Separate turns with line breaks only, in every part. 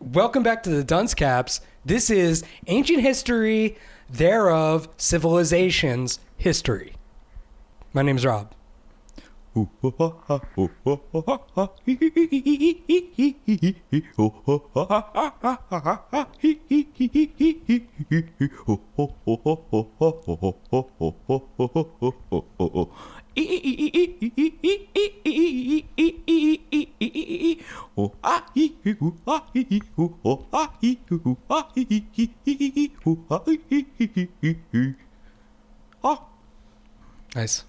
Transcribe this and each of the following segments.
Welcome back to the Dunce Caps. This is Ancient History Thereof Civilizations History. My name's Rob. Nice.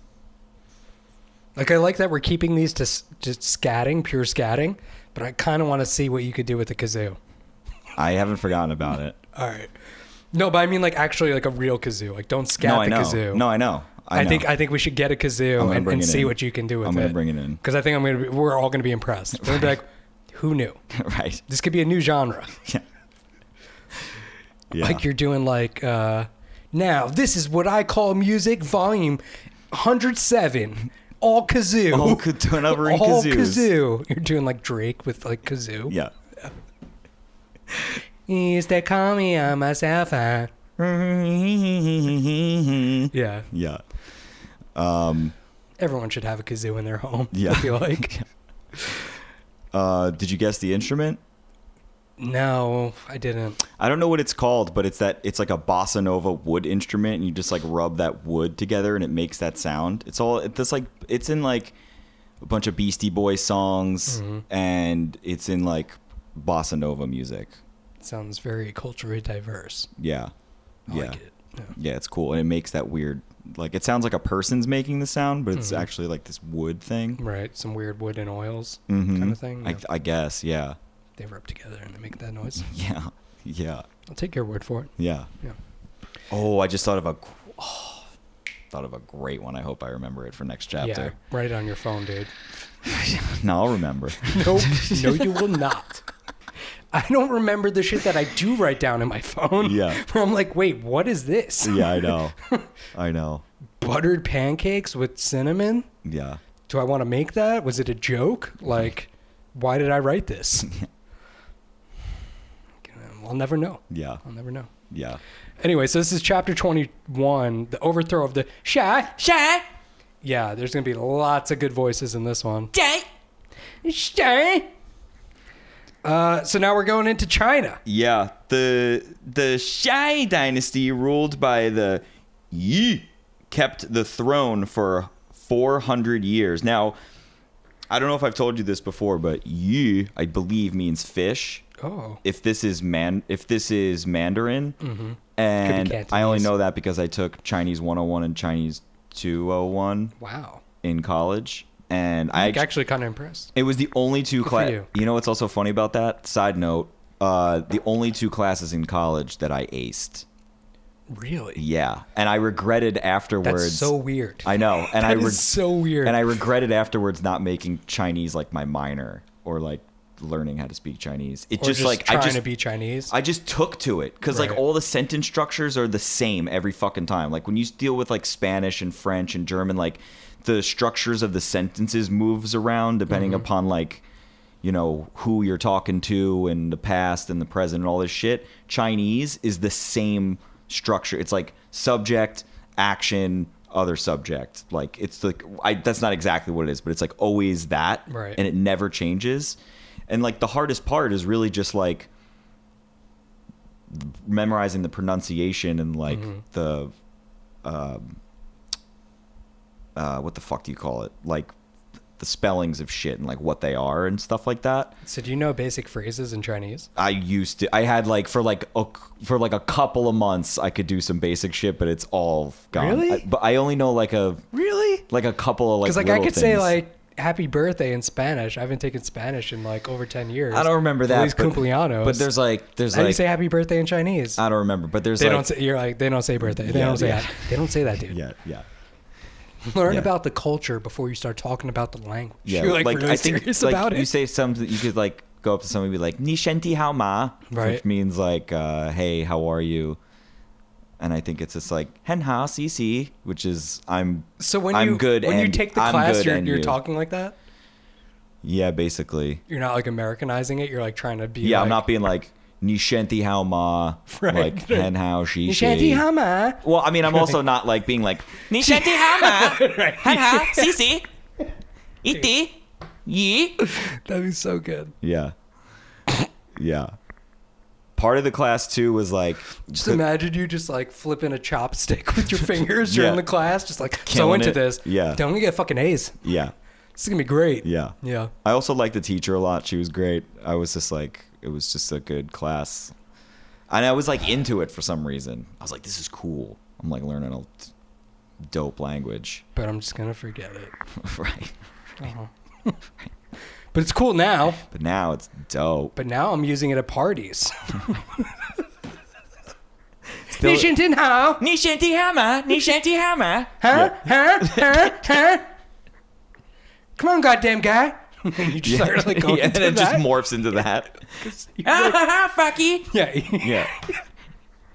Like I like that we're keeping these to s- just scatting, pure scatting, but I kind of want to see what you could do with the kazoo.
I haven't forgotten about it.
All right. No, but I mean like actually like a real kazoo. Like don't scat
no,
the
I know.
kazoo.
No, I know. I,
I,
know.
think I think we should get a kazoo
gonna
and,
bring
and
it
see
in.
what you can do with
I'm
it.
gonna bring it in.
because I think I'm gonna be, we're all gonna be impressed. We're gonna be like, who knew?
right.
This could be a new genre.
Yeah. Yeah.
Like you're doing like uh, now this is what I call music volume 107, all kazoo,
All could turn over in
all
kazoos.
kazoo. You're doing like Drake with like kazoo.
Yeah.
He used to call me on my cell phone. Yeah,
yeah.
everyone should have a kazoo in their home.
Yeah.
I feel like.
Uh, did you guess the instrument?
No, I didn't.
I don't know what it's called, but it's that it's like a bossa nova wood instrument, and you just like rub that wood together, and it makes that sound. It's all it's like it's in like a bunch of Beastie Boy songs,
Mm-hmm.
and it's in like bossa nova music.
sounds very culturally diverse.
Yeah,
I
yeah,
like it. Yeah.
yeah. It's cool, and it makes that weird like it sounds like a person's making the sound, but
Mm-hmm.
it's actually like this wood thing.
Right, some weird wood and oils
Mhm.
kind of Mm-hmm. thing.
I,
Yeah.
I guess, yeah,
they rub together and they make that noise.
yeah, yeah,
I'll take your word for it.
yeah.
Yeah.
Oh, I just thought of a gr- oh, thought of a great one. I hope I remember it for next
Yeah,
chapter.
write it on your phone, dude.
No, I'll remember.
No, no, you will not. I don't remember the shit that I do write down in my phone.
Yeah.
Where I'm like, wait, what is this?
yeah, I know. I know.
Buttered pancakes with cinnamon?
Yeah.
Do I want to make that? Was it a joke? Like, why did I write this? I'll never know.
Yeah.
I'll never know.
Yeah.
Anyway, so this is chapter 21, the overthrow of the Shy. Shy. Yeah, there's going to be lots of good voices in this one. Shy. Shy. Uh, so now we're going into China.
Yeah. The the Shai dynasty ruled by the Yi kept the throne for 400 years. Now, I don't know if I've told you this before, but Yi I believe means fish.
Oh.
If this is man if this is Mandarin, and I only
Cantonese.
know that because I took Chinese 101 and Chinese 201
Wow.
in college. And I
I'm actually kind of impressed.
It was the only two
for
classes.
you.
You. know what's also funny about that? Side note: uh, the only two classes in college that I aced.
Really?
Yeah, and I regretted afterwards.
That's so weird.
I know, and I
That is
reg-
so weird.
and I regretted afterwards not making Chinese like my minor or like learning how to speak Chinese. It
or
just, like
trying
I just
to be Chinese.
I just took to it because
Right.
like all the sentence structures are the same every fucking time. Like when you deal with like Spanish and French and German, like the structures of the sentences moves around depending upon like you know who you're talking to and the past and the present and all this shit. Chinese is the same structure. It's like subject, action, other subject. Like it's like I, that's not exactly what it is, but it's like always that,
Right.
and it never changes. And like the hardest part is really just like memorizing the pronunciation and like
Mm-hmm.
the um, uh, what the fuck do you call it like the spellings of shit and like what they are and stuff like that
so do you know basic phrases in Chinese?
i used to i had like for like a, for like a couple of months i could do some basic shit but it's all gone
Really?
I- but i only know like a
Really?
like a couple of like
Because like, I
little
could say
things.
like "Happy Birthday" in Spanish. I haven't taken Spanish in like over ten years.
i don't remember that
Feliz
but,
cumpleaños.
but there's like there's
how do you
like
say "Happy Birthday" in Chinese?
i don't remember but there's
they
like
don't say you're like they don't say birthday. They
Yeah,
don't say
yeah.
that. They don't say that, dude.
yeah yeah
Learn
yeah.
about the culture before you start talking about the language.
Yeah,
you're like, really serious
like,
about
you
it.
say something, you could like go up to somebody and be like, "Ni shenti hao ma,"
Right.
which means like, uh, "Hey, how are you?" And I think it's just like "hen hao si si," which is "I'm
so when
I'm
you
good
when you
and-
take the
I'm
class,
good
you're,
and
you're
you."
talking like that.
yeah, basically."
You're not like Americanizing it. You're like trying to be.
Yeah,
like,
I'm not being like Nishanti how ma,
Right.
like hen how she she.
Shanty Hama.
Well, I mean, I'm also not like being like Nishanti
Right.
ha sisi iti yi.
That'd be so good.
Yeah, yeah. Part of the class too was like
Just imagine you just like flipping a chopstick with your fingers during
Yeah.
the class, just like so
Killing
into
it.
this.
Yeah.
Then we get fucking A's.
yeah,
This is gonna be great.
yeah.
Yeah.
I also liked the teacher a lot. She was great. I was just like, it was just a good class. And I was like into it for some reason. I was like, this is cool. I'm like learning a t- dope language.
But I'm just gonna forget it. Uh-huh.
right.
But it's cool now.
But now it's dope.
But now I'm using it at parties.
Still-
Nishintin how? Huh? Huh? Huh? Huh? Come on, goddamn guy. And you just start like going
Yeah, and
into
it just
that. Ah,
morphs into that.
You're like- yeah.
Yeah.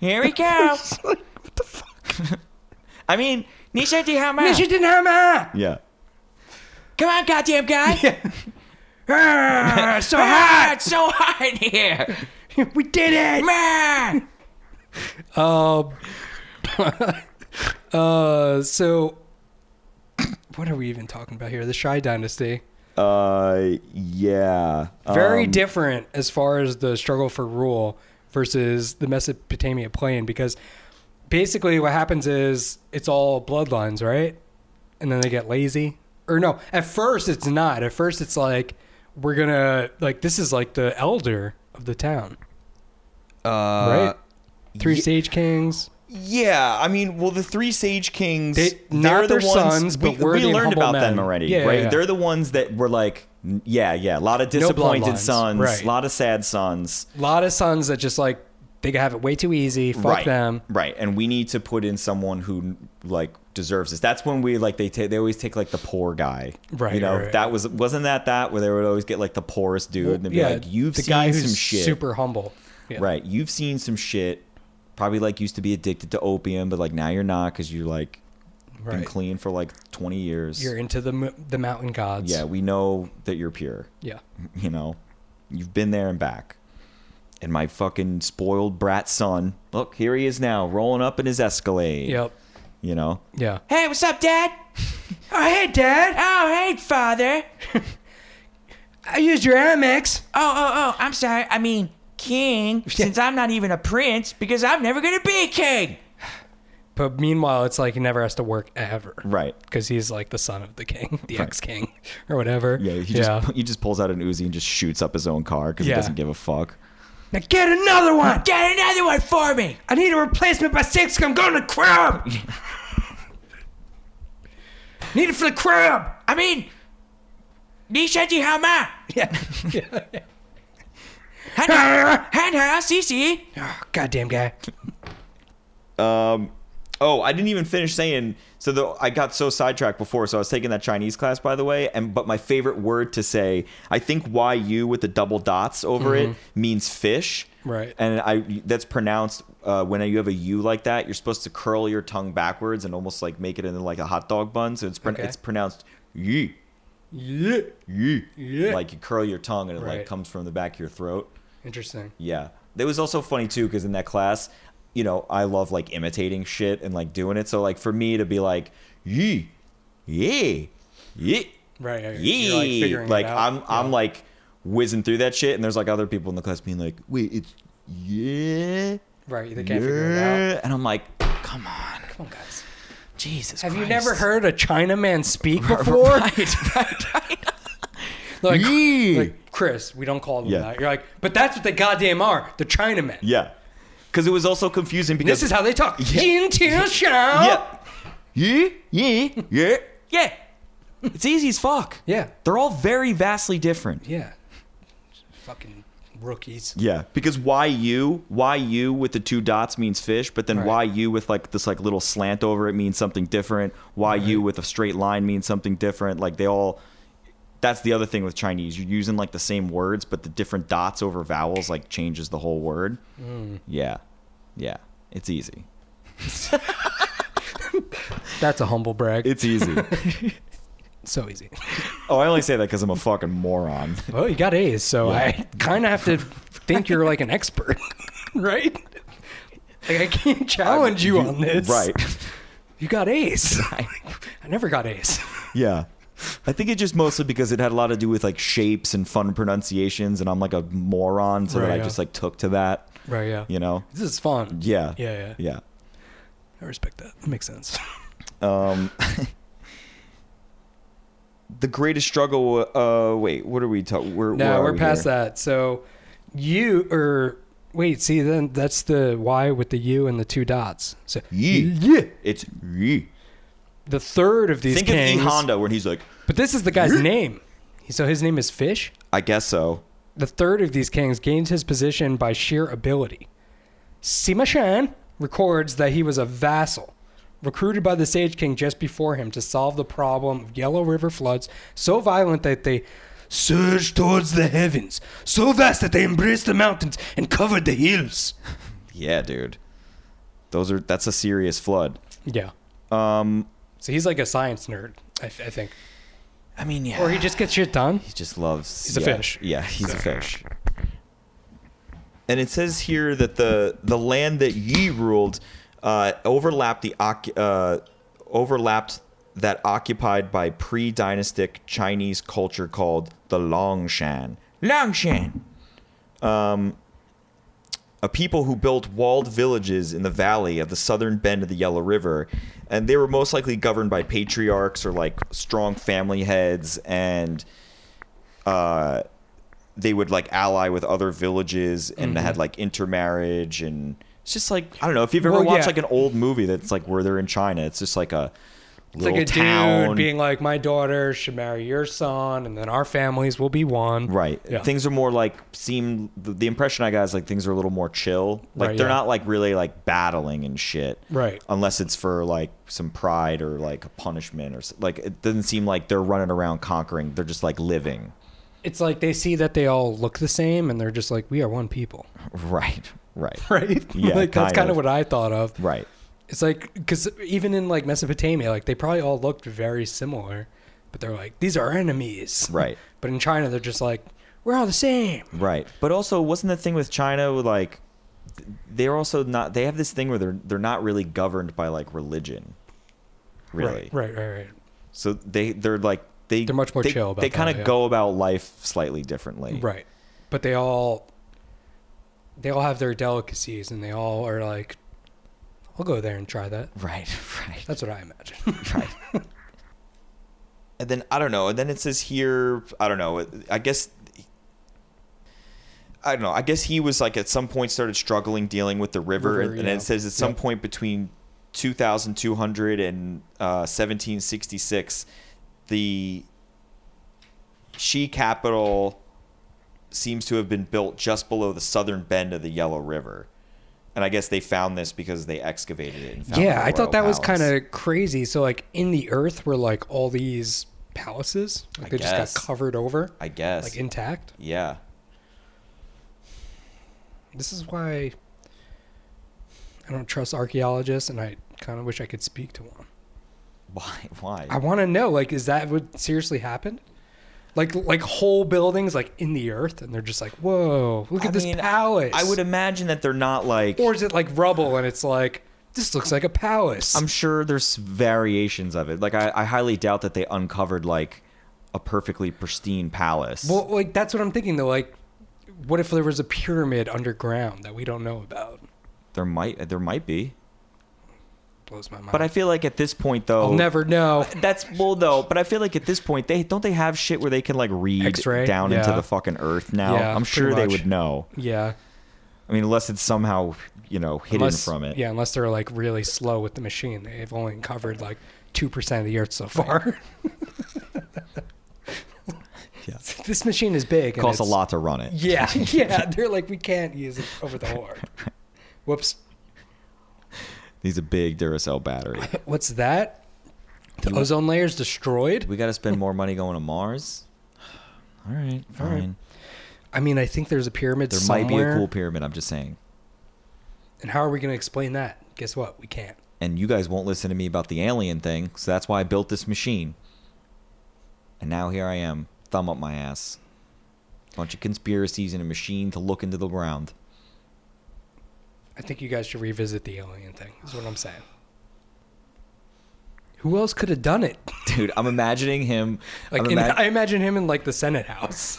Here we go.
I mean,
Nishintin Hama!
yeah.
Come on, goddamn guy.
Ah, so
Ah,
hot!
it's so hot in here.
We did it!
Man.
Um, uh, so what are we even talking about here? The Shy Dynasty.
Uh, yeah.
Very
Um,
different as far as the struggle for rule versus the Mesopotamia plain because basically what happens is it's all bloodlines, right? And then they get lazy. Or no, at first it's not. At first it's like we're gonna like this is like the elder of the town.
Uh,
right? Three
ye-
sage kings.
Yeah, I mean, well, the three Sage Kings,
They- not their
they're the ones,
sons, but
we,
worthy
we
and
learned
humble
about
men.
them already,
Yeah, yeah,
right?
yeah.
They're the ones that were like, n- yeah, yeah, a lot of disappointed
bloodlines,
sons,
right.
a lot of sad sons.
lot of sons that just like they have it way too easy. Fuck
right,
them.
right, and we need to put in someone who like deserves this. That's when we like they ta- they always take like the poor guy,
Right,
You know
right, right.
that was wasn't that that where they would always get like the poorest dude and they'd be like, you've
the
seen
guy who's
some shit,
super humble. Yeah.
Right. You've seen some shit. Probably like used to be addicted to opium, but like now you're not because you like been
Right.
clean for like 20 years.
You're into the mo- the mountain gods.
yeah, Mm-hmm. we know that you're pure.
Yeah.
You know, you've been there and back. And my fucking spoiled brat son, look, here he is now, rolling up in his Escalade.
Yep.
You know,
Yeah.
Hey, what's up, Dad?
Oh hey, Dad.
Oh, hey, Father.
I used your Amex.
Oh, oh, oh. I'm sorry. I mean, king. Since I'm not even a prince, because I'm never gonna be a king.
But meanwhile, it's like he never has to work ever.
right?
Because he's like the son of the king, the ex king, or whatever.
Yeah, he just he just pulls out an Uzi and just shoots up his own car because
Yeah.
he doesn't give a fuck.
now get another one.
Get another one for me.
I need a replacement by six. I'm going to the crib. need it for the crib.
I mean, Nishanti Hama.
Yeah.
Hanha, Hanha, Sisi.
oh, goddamn guy.
Um, oh, I didn't even finish saying. So the, I got so sidetracked before. So I was taking that Chinese class, by the way. And but my favorite word to say, I think YU with the double dots over it means fish.
Mm-hmm. Right.
And I that's pronounced uh, when you have a U like that, you're supposed to curl your tongue backwards and almost like make it into like a hot dog bun. So it's pron-
Okay.
it's pronounced yee
Yeah.
yee.
Yeah.
Like you curl your tongue and it
Right.
like comes from the back of your throat.
Interesting.
Yeah. It was also funny too because in that class, you know, I love like imitating shit and like doing it. So like for me to be like, yee, yee, yee,
Right. right, right.
yee,
You're, like, figuring it
like,
out.
I'm I'm like whizzing through that shit, and there's like other people in the class being like, wait, it's yeah,
right. They can't figure it out.
yeah," and I'm like, come on,
Come on, guys.
Jesus
Have you
Christ.
never heard a Chinaman speak before?
Right, right, right.
Like,
Yee.
like, Chris, we don't call them
Yeah.
that. You're like, but that's what they goddamn are. They're Chinamen.
yeah, because it was also confusing because
This is how they talk.
Yeah.
Jin Tian Shao.
yeah, yeah, yeah, yeah.
Yeah.
It's easy as fuck.
Yeah.
They're all very vastly different.
Yeah. Fucking rookies.
Yeah, because YU, YU with the two dots means fish, but then
Right.
YU with like this like little slant over it means something different. YU with a straight line means something different. Like they all that's the other thing with Chinese. You're using like the same words, but the different dots over vowels like changes the whole word.
Hmm.
Yeah. Yeah. It's easy.
That's a humble brag.
It's easy.
so easy.
oh, I only say that cuz I'm a fucking moron.
Well, you got A's, so I kind of have to think you're like an expert, right? Like I can't challenge you, on this.
Right.
You got ace. I, never got ace.
yeah. I think it just mostly because it had a lot to do with like shapes and fun pronunciations, and I'm like a moron, so that
Right,
I
yeah.
just like took to that.
Right. Yeah.
You know?
This is fun.
Yeah.
Yeah. Yeah.
Yeah.
I respect that. That makes sense.
Um, the greatest struggle. Uh, wait, what are we talking? We're
No, we're past that. So you or wait, see then that's the Y with the U and the two dots. So
Ye.
Yeah.
It's ye.
The third of these
Think
kings.
of E Honda when he's like,
But this is the guy's
Ye.
name. So his name is Fish.
I guess so.
The third of these kings gains his position by sheer ability. Sima Shan records that he was a vassal, recruited by the Sage King just before him to solve the problem of Yellow River floods so violent that they surged towards the heavens, so vast that they embraced the mountains and covered the hills.
Yeah, dude. Those are that's a serious flood.
Yeah.
Um,
So he's like a science nerd, I, I think.
I mean, yeah.
Or he just gets shit done.
he just loves.
He's a
yeah,
fish.
Yeah, he's a fish. And it says here that the the land that ye ruled uh, overlapped the oc- uh, overlapped that occupied by pre-dynastic Chinese culture called the Longshan.
Longshan.
a people who built walled villages in the valley of the southern bend of the Yellow River, and they were most likely governed by patriarchs or like strong family heads, and uh, they would like ally with other villages and
Mm-hmm.
had like intermarriage and it's just like I don't know if you've ever
Well,
watched
yeah.
like an old movie that's like where they're in China, it's just like a
It's
little
like a
town
dude being like, my daughter should marry your son, and then our families will be one.
Right.
Yeah.
Things are more like seem the, the impression I got is like things are a little more chill. Like
Right,
they're
yeah.
not like really like battling and shit.
Right.
Unless it's for like some pride or like a punishment or s- like it doesn't seem like they're running around conquering. They're just like living.
it's like they see that they all look the same and they're just like we are one people
Right. Right.
right
Yeah,
like that's
kind
kind
of.
of what i thought of
Right.
it's like because even in like mesopotamia like they probably all looked very similar but they're like these are enemies
Right.
but in china they're just like we're all the same
Right. But also wasn't the thing with China with, like th- they're also not they have this thing where they're they're not really governed by like religion. Really.
right right right, right.
So they they're like they
They're much more
they,
chill about
they kind
that,
of
yeah.
go about life slightly differently.
Right. But they all they all have their delicacies and they all are like I'll go there and try that.
Right, right,
That's what I imagine.
right. and then I don't know. And then it says here, I don't know. I guess I don't know. I guess he was like at some point started struggling dealing with the river,
River,
and, and
yeah.
it says at some
Yep.
point between 2200 and uh, 1766, the Xi capital seems to have been built just below the southern bend of the Yellow River. And I guess they found this because they excavated it. And found
yeah,
the
I thought that
royal
was
palace.
kind of crazy. So like in the earth were like all these palaces, like
I
they just
guess.
got covered over,
I guess.
like intact.
yeah.
This is why I don't trust archaeologists and I kind of wish I could speak to one.
Why? Why?
I want to know like is that what seriously happened? Like like whole buildings like in the earth and they're just like, "Whoa, look at
I
this
mean,
palace."
I would imagine that they're not like.
or is it like rubble and it's like this looks like a palace?
I'm sure there's variations of it. Like I, I highly doubt that they uncovered like a perfectly pristine palace.
well, like that's what I'm thinking though. Like, what if there was a pyramid underground that we don't know about?
there might there might be,
Blows my mind.
but I feel like at this point though,
will never know.
That's well though, but I feel like at this point they don't they have shit where they can like read
X-ray?
down into
Yeah.
the fucking earth now.
Yeah,
I'm sure
pretty
they
much.
would know.
Yeah,
I mean, unless it's somehow you know hidden
unless,
from it.
Yeah, unless they're like really slow with the machine. They've only uncovered like two percent of the earth so far.
Yeah.
this machine is big.
It
and
costs a
it's-
lot to run it.
Yeah, yeah. They're like, we can't use it over the whole earth. Whoops.
These a big Duracell battery.
What's that? The
You-
ozone layer's destroyed.
we got to spend more money going to Mars. All right, fine.
right. I mean, I think there's a pyramid
There
somewhere.
might be a cool pyramid. I'm just saying.
And how are we going to explain that? Guess what? We can't.
And you guys won't listen to me about the alien thing, so that's why I built this machine. And now here I am, thumb up my ass. bunch of conspiracies and a machine to look into the ground.
I think you guys should revisit the alien thing. Is what I'm saying. Who else could have done it?
Dude, I'm imagining him.
Like,
I'm
in,
imag-
I imagine him in like the Senate House,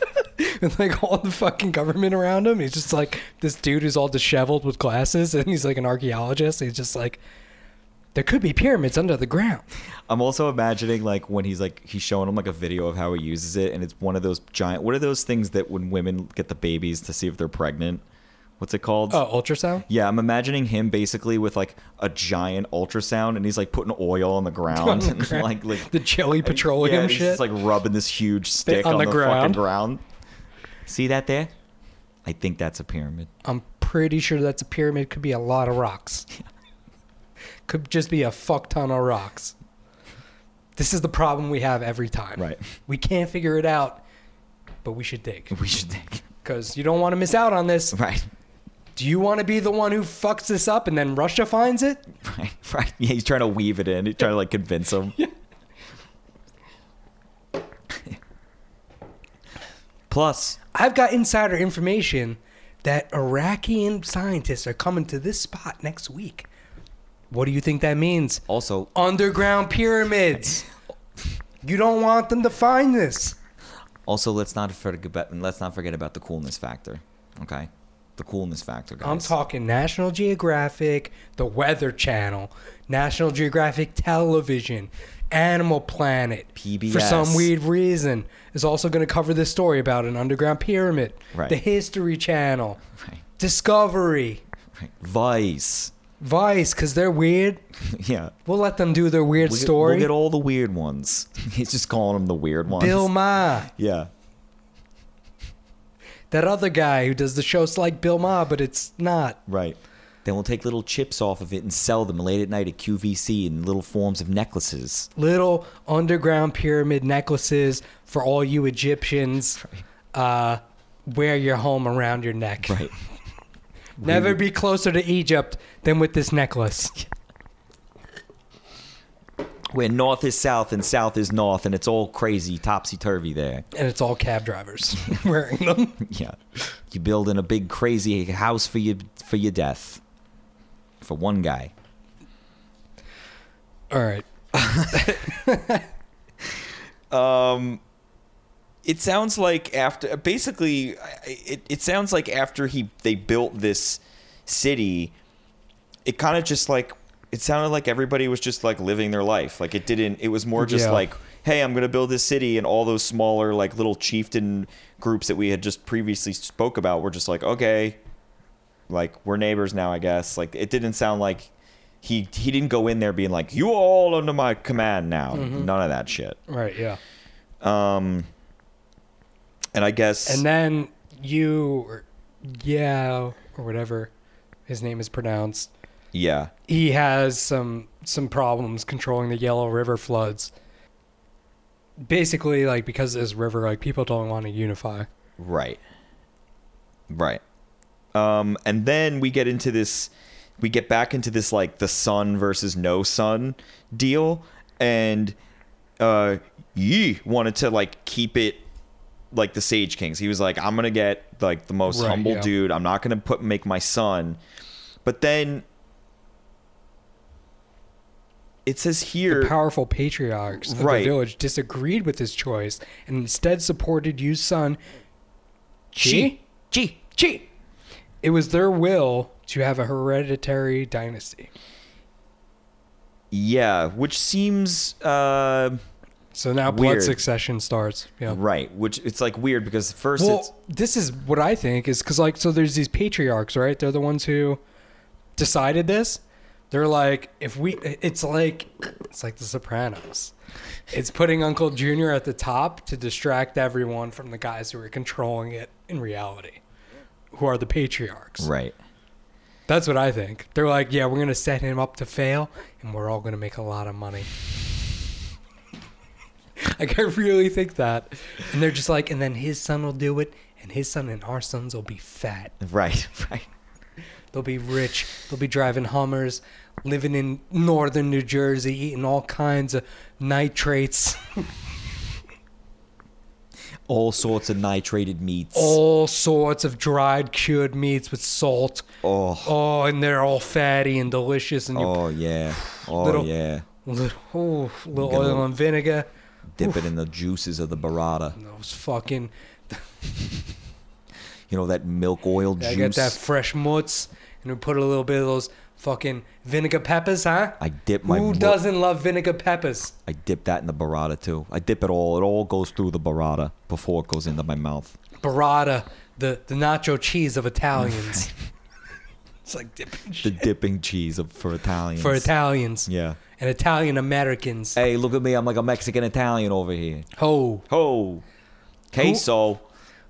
with like all the fucking government around him. He's just like this dude who's all disheveled with glasses, and he's like an archaeologist. He's just like, there could be pyramids under the ground.
I'm also imagining like when he's like he's showing him like a video of how he uses it, and it's one of those giant. What are those things that when women get the babies to see if they're pregnant? What's it called?
Oh, ultrasound.
Yeah, I'm imagining him basically with like a giant ultrasound, and he's like putting oil on the ground,
the
and
ground.
like like
The jelly petroleum
yeah, he's
shit.
just like rubbing this huge stick
on
on,
the
the,
ground.
fucking ground. See that there? I think that's a pyramid.
I'm pretty sure that's a pyramid. Could be a lot of rocks. Could just be a fuck ton of rocks. This is the problem we have every time.
Right. Mm.
We can't figure it out, but we should dig
We should think.
because you don't want to miss out on this.
Right,
Do you want to be the one who fucks this up and then Russia finds it?
right, right. Yeah, he's trying to weave it in. He's trying to like convince him. Plus,
I've got insider information that Iraqian scientists are coming to this spot next week. What do you think that means?
also,
Underground pyramids. You don't want them to find this.
also, let's not forget about let's not forget about the coolness factor. Okay, the coolness factor, guys.
I'm talking National Geographic, the Weather Channel, National Geographic Television, Animal Planet. For
PBS.
some weird reason, is also going to cover this story about an underground pyramid.
Right.
The History Channel,
Right,
Discovery,
right. Vice.
Vice, because they're weird.
Yeah.
We'll let them do their weird
We'll get-
story.
We'll get all the weird ones. He's just calling them the weird ones.
Bill Ma,
yeah.
that other guy who does the shows like Bill Ma, but it's not.
Right. Then we'll take little chips off of it and sell them late at night at QVC in little forms of necklaces.
little underground pyramid necklaces for all you Egyptians. Uh, wear your home around your neck.
Right.
Never be closer to Egypt than with this necklace.
Where north is south and south is north, and it's all crazy topsy turvy there.
And it's all cab drivers wearing them.
Yeah. You building a big crazy house for your for your death. For one guy.
All right.
it sounds like after basically I- it, it sounds like after he they built this city it kind of just like it sounded like everybody was just like living their life like it didn't it was more just
Yeah.
like hey i'm going to build this city and all those smaller like little chieftain groups that we had just previously spoke about were just like okay like we're neighbors now i guess like it didn't sound like he he didn't go in there being like you all under my command now
Mm-hmm.
none of that shit
Right, yeah.
and i guess
And then you, or yeah, or whatever his name is pronounced,
yeah
he has some some problems controlling the Yellow River floods. Basically, like because of this river, like people don't want to unify.
Right. Right. Um, and then we get into this, we get back into this like the sun versus no sun deal, and uh, Yi wanted to like keep it like the Sage Kings. He was like, I'm gonna get like the most
Right,
humble
yeah.
dude. I'm not gonna put make my son. But then it says here,
the powerful patriarchs of
Right.
the village disagreed with his choice and instead supported Yu's son, Chi.
Gee.
Chi. It was their will to have a hereditary dynasty.
yeah, which seems. Uh,
So now blood
Weird.
succession starts. Yeah.
Right, which it's like weird because first it's
Well, this is what I think is because, like, so there's these patriarchs, right? They're the ones who decided this. They're like, if we, it's like, it's like The Sopranos. It's putting Uncle Junior at the top to distract everyone from the guys who are controlling it in reality, who are the patriarchs.
right.
That's what I think. They're like, yeah, we're gonna set him up to fail, and we're all gonna make a lot of money. like I really think that. And they're just like, and then his son will do it, and his son and our sons will be fat.
Right, right.
They'll be rich. They'll be driving Hummers, living in northern New Jersey, eating all kinds of nitrates.
all sorts of nitrated meats.
all sorts of dried cured meats with salt.
Oh.
Oh, and they're all fatty and delicious and you
Oh yeah. Oh
Little-
yeah.
little, oh, little
Get a
oil
little-
and vinegar.
Dip it in the juices of the burrata.
Those fucking
You know that milk oil
I
juice.
got that fresh mutz and we put a little bit of those fucking vinegar peppers, huh?
I dip my
Who
mut-
doesn't love vinegar peppers?
I dip that in the burrata too. I dip it all. It all goes through the burrata before it goes into my mouth.
Burrata, the, the nacho cheese of Italians. it's like dipping
The
shit
dipping cheese of, for Italians.
for Italians
Yeah. Eh.
and Italian Americans.
Hey, look at me. I'm like a Mexican Italian over here.
Ho.
Oh. Queso.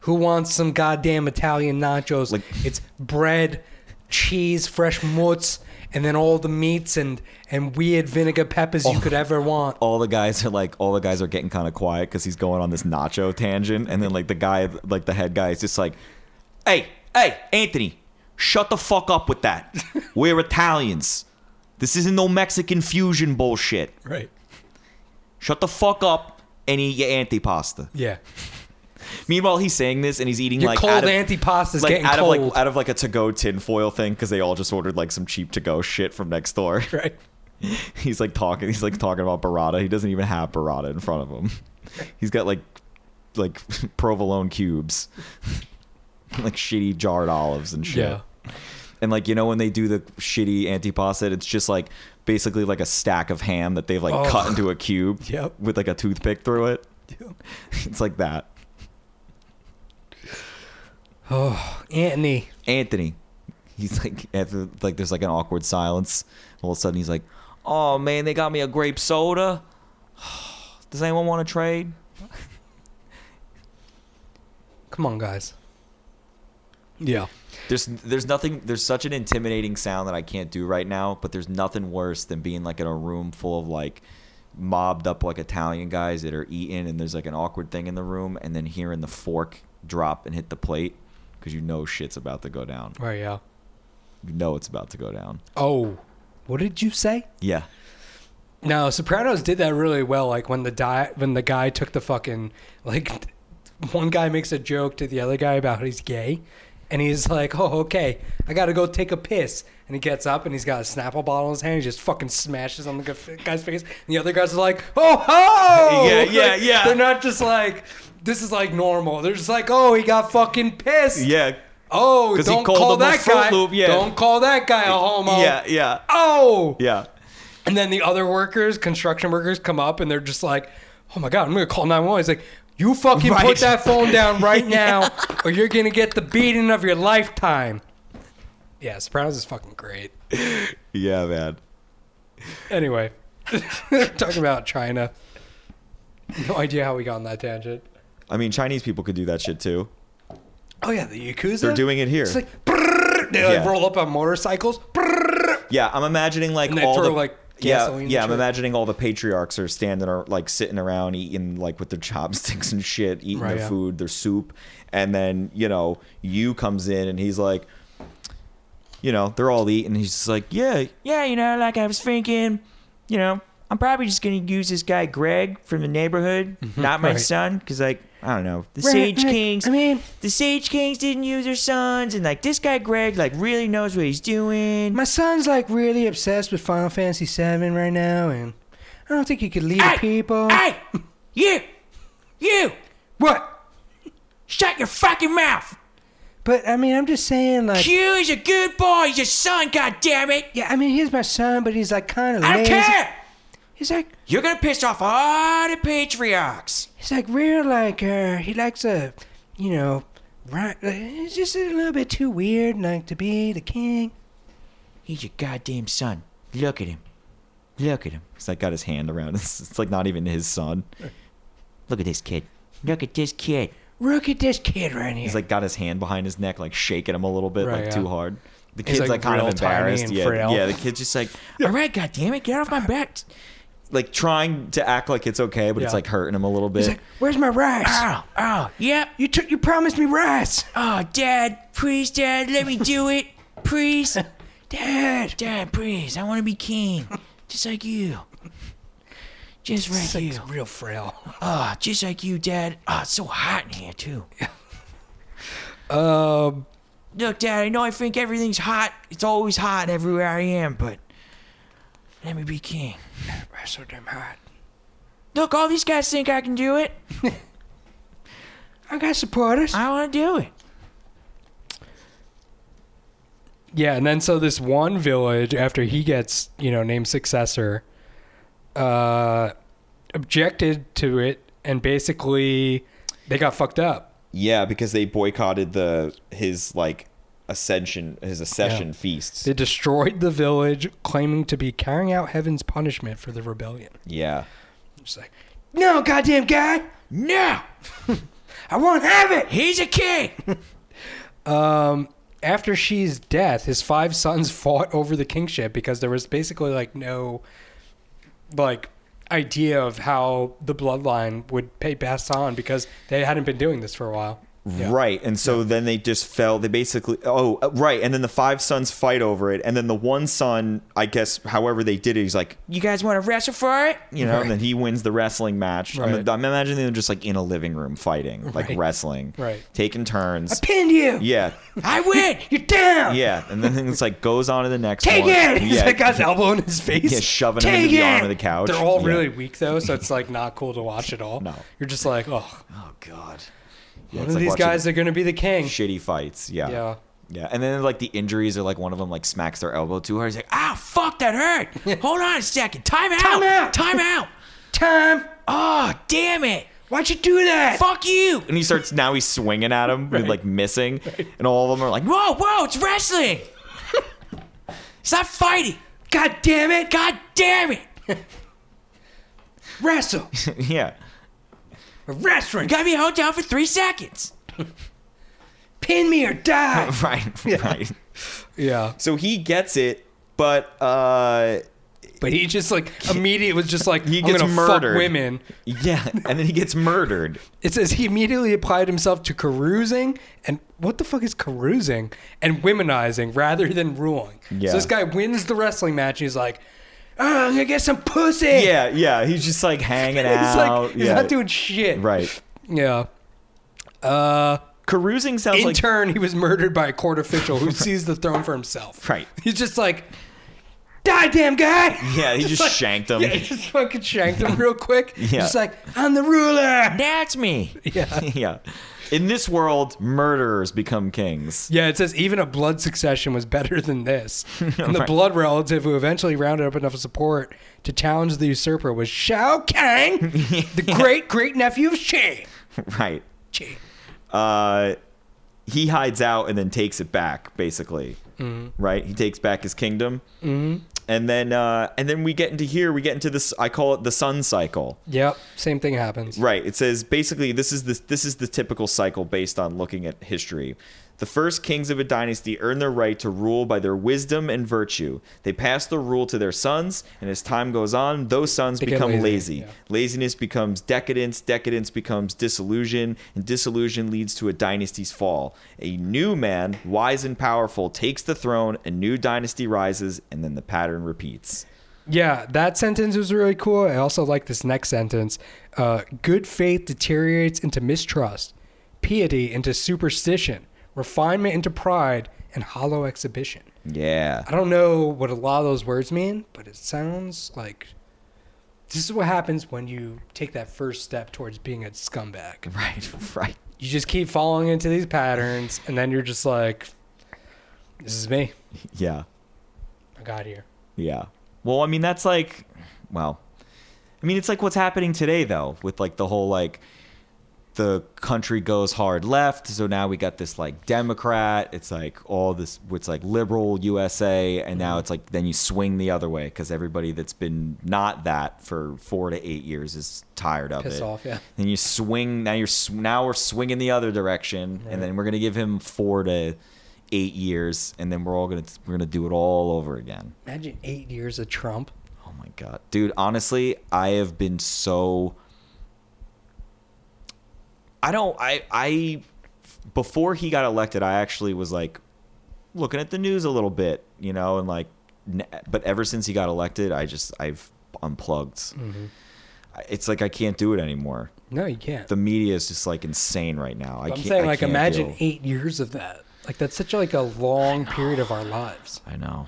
Who wants some goddamn Italian nachos?
Like-
it's bread, cheese, fresh mozz, and then all the meats and and weird vinegar peppers
Oh.
you could ever want.
All the guys are like, all the guys are getting kind of quiet because he's going on this nacho tangent, and then like the guy, like the head guy, is just like,
Hey, hey, Anthony, shut the fuck up with that. We're Italians. This isn't no Mexican fusion bullshit.
Right.
Shut the fuck up and eat your antipasta.
Yeah.
Meanwhile, he's saying this and he's eating
Your
like
cold
out of,
antipasta's
like
getting
out
cold.
of like out of like a to-go tinfoil thing because they all just ordered like some cheap to-go shit from next door.
right.
He's like talking. He's like talking about burrata. He doesn't even have burrata in front of him. He's got like like provolone cubes, like shitty jarred olives and shit.
Yeah.
And like you know when they do the shitty antipasta, it's just like basically like a stack of ham that they've like
Oh.
cut into a cube
Yep.
with like a toothpick through it. It's like that.
Oh, Anthony.
Anthony. He's like after like there's like an awkward silence. All of a sudden he's like, "Oh man, they got me a grape soda. Does anyone want to trade?"
Come on, guys. Yeah.
There's there's nothing there's such an intimidating sound that I can't do right now, but there's nothing worse than being like in a room full of like mobbed up like Italian guys that are eating and there's like an awkward thing in the room and then hearing the fork drop and hit the plate because you know shit's about to go down.
Right, yeah.
You know it's about to go down.
Oh. What did you say?
Yeah.
No, Sopranos did that really well. Like when the di- when the guy took the fucking like one guy makes a joke to the other guy about he's gay, and he's like, "Oh, okay, I gotta go take a piss." And he gets up and he's got a Snapple bottle in his hand. He just fucking smashes on the gu- guy's face. And the other guys are like, "Oh ho!"
Yeah, yeah,
Like,
yeah.
They're not just like this is like normal. They're just like, "Oh, he got fucking pissed."
Yeah.
Oh,
'Cause he
don't
called
call
him a
that
Fruit
guy.
Loop, yeah.
Don't call that guy a homo.
Yeah, yeah.
Oh.
Yeah.
And then the other workers, construction workers, come up and they're just like, "Oh my god, I'm gonna call 911." He's like, "You fucking
Right.
put that phone down right now, or you're gonna get the beating of your lifetime." Yeah, Sopranos is fucking great.
Yeah, man.
Anyway, talking about China. No idea how we got on that tangent.
I mean, Chinese people could do that shit too.
Oh yeah, the yakuza.
They're doing it here.
It's like brrrr, they like,
Yeah.
roll up on motorcycles. brrrr.
yeah, I'm imagining like
And they
all
throw,
the
like,
yeah,
gasoline and
yeah. I'm
shit.
imagining all the patriarchs are standing or like sitting around eating like with their chopsticks and shit, eating
Right,
their
yeah.
food, their soup, and then you know you comes in and he's like, you know, they're all eating. He's just like, yeah,
Yeah, you know, like I was thinking, you know, I'm probably just gonna use this guy Greg from the neighborhood, not my
Mm-hmm. Right.
son, 'cause son, because like
I don't know.
the
This
Sage Kings,
I mean,
the Sage Kings didn't use their sons, and like this guy Greg, like really knows what he's doing.
My son's like really obsessed with Final Fantasy VII right now, and I don't think he could lead
Hey!
people.
Hey, you, you,
What?
shut your fucking mouth.
But I mean, I'm just saying, like,
Q is a good boy. He's your son, goddammit.
yeah, I mean, he's my son, but he's like kind of
I don't
lazy.
care.
He's like,
You're gonna piss off all the patriarchs.
he's like real, like, uh, he likes a, you know, right? Like, he's just a little bit too weird, like, to be the king.
He's your goddamn son. Look at him. Look at him.
He's like got his hand around. It's, it's like not even his son.
Look at this kid. Look at this kid.
Look at this kid right here.
He's like got his hand behind his neck, like shaking him a little bit,
Right,
like
yeah.
too hard. The
He's,
kid's like,
like,
kind of
real tiny
embarrassed.
and
yeah,
frail.
yeah. The kid's just like
All right, goddammit, get off my back.
like trying to act like it's okay, but it's
Yeah.
like hurting him a little bit.
He's like, where's my rice?
Oh, oh, yep.
You took, you promised me rice.
Oh, Dad, please, Dad, let me do it. Please. Dad, Dad, please. I want to be king, just like you. Just
It's
like
like
you.
real frail.
Ah, just like you, Dad. Ah, it's so hot in here too.
Um,
Look, Dad, I know I think everything's hot. It's always hot everywhere I am, but let me be king.
we're so damn hot.
Look, all these guys think I can do it.
I got supporters.
I want to do it.
Yeah, and then so this one village after he gets you know named successor, uh, objected to it and basically they got fucked up.
Yeah, because they boycotted the his like ascension his accession
Yeah.
feasts.
They destroyed the village, claiming to be carrying out heaven's punishment for the rebellion.
yeah.
It's like, no, goddamn guy,
No,
I won't have it.
he's a king.
Um, after Shi's death, his five sons fought over the kingship because there was basically like no, like, idea of how the bloodline would pay pass on because they hadn't been doing this for a while.
Right. And so then they just fell. They basically, oh, uh, right. And then the five sons fight over it. And then the one son, I guess, however they did it, he's like,
You guys want to wrestle for it?
you know, and then he wins the wrestling match.
Right.
I'm, I'm imagining them just like in a living room fighting, like
Right.
wrestling,
Right.
Taking turns.
Pinned you.
Yeah.
I win.
You're down.
Yeah. And then it's like goes on to the next
Take
one.
it. He's
Yeah.
like got his elbow in his face.
yeah, shoving him into the arm of the couch.
They're all
Yeah.
really weak though, so it's like not cool to watch at all.
No.
You're just like, oh,
Oh, God. Yeah,
one of
it's like
these
watching
guys are gonna be the king.
Shitty fights. Yeah.
Yeah.
Yeah. And then like the injuries are like one of them like smacks their elbow too hard. He's like,
Ah, fuck that hurt. Hold on a second. Time out.
Time out.
Time out.
Time.
Oh, damn it.
Why'd you do that?
Fuck you.
and he starts now he's swinging at him with like missing and all of them are like
Whoa, whoa, it's wrestling. it's not fighting.
God damn it.
God damn it.
Wrestle.
yeah
Wrestling.
You got me held down for three seconds.
pin me or die.
right right
Yeah.
so he gets it but uh
But he just like immediately was just like
He
he
gets
gets
murdered.
Fuck women.
yeah and then he gets murdered
It says he immediately applied himself to carousing and what the fuck is carousing and womenizing rather than ruling.
Yeah.
So this guy wins the wrestling match. He's like, oh, I'm gonna get some pussy.
yeah yeah he's just like
It's
hanging out
like he's
yeah
not doing shit.
right
Yeah. Uh,
carousing sounds
in
like
turn, he was murdered by a court official who sees the throne for himself.
Right.
He's just like, die, damn guy.
yeah he just
like-
shanked him
Yeah, he just fucking shanked him real quick.
Yeah.
Just like, I'm the ruler.
That's me.
Yeah.
yeah in this world murderers become kings
Yeah, it says even a blood succession was better than this. And the blood relative who eventually rounded up enough support to challenge the usurper was Shao Kang, the great great nephew of Qi.
right
Qi.
uh he hides out and then takes it back basically right he takes back his kingdom mm-hmm. and then uh and then we get into here we get into this i call it the sun cycle
Yep, same thing happens.
right it says basically this is the this is the typical cycle based on looking at history the first kings of a dynasty earn their right to rule by their wisdom and virtue. They pass the rule to their sons, and as time goes on, those sons
get
become
lazy,
lazy.
yeah.
Laziness becomes decadence, decadence becomes disillusion, and disillusion leads to a dynasty's fall. A new man, wise and powerful, takes the throne, a new dynasty rises, and then the pattern repeats.
Yeah, that sentence was really cool. I also like this next sentence. Uh, good faith deteriorates into mistrust, piety into superstition, refinement into pride, and hollow exhibition.
Yeah.
I don't know what a lot of those words mean, but it sounds like this is what happens when you take that first step towards being a scumbag.
Right, right.
You just keep falling into these patterns, and then you're just like, this is me.
Yeah.
I got here.
Yeah. Well, I mean, that's like, well, I mean, it's like what's happening today, though, with like the whole like the country goes hard left. So now we got this like Democrat. It's like all this, it's like liberal USA. And now it's like, then you swing the other way because everybody that's been not that for four to eight years is tired of
Pissed
it.
off, yeah.
Then you swing, now you're, sw- now we're swinging the other direction. And then we're going to give him four to eight years. And then we're all going to, we're going to do it all over again.
Imagine eight years of Trump.
Oh my god. Dude, honestly, I have been so I don't I I before he got elected, I actually was like looking at the news a little bit, you
Mm-hmm.
know, and like n- but ever since he got elected, I just I've unplugged. it's like I can't do it anymore.
No, you can't.
The media is just like insane right now. I
I'm
can't.
saying,
I
like,
can't
imagine
deal.
eight years of that. Like, that's such like a long period of our lives.
I know.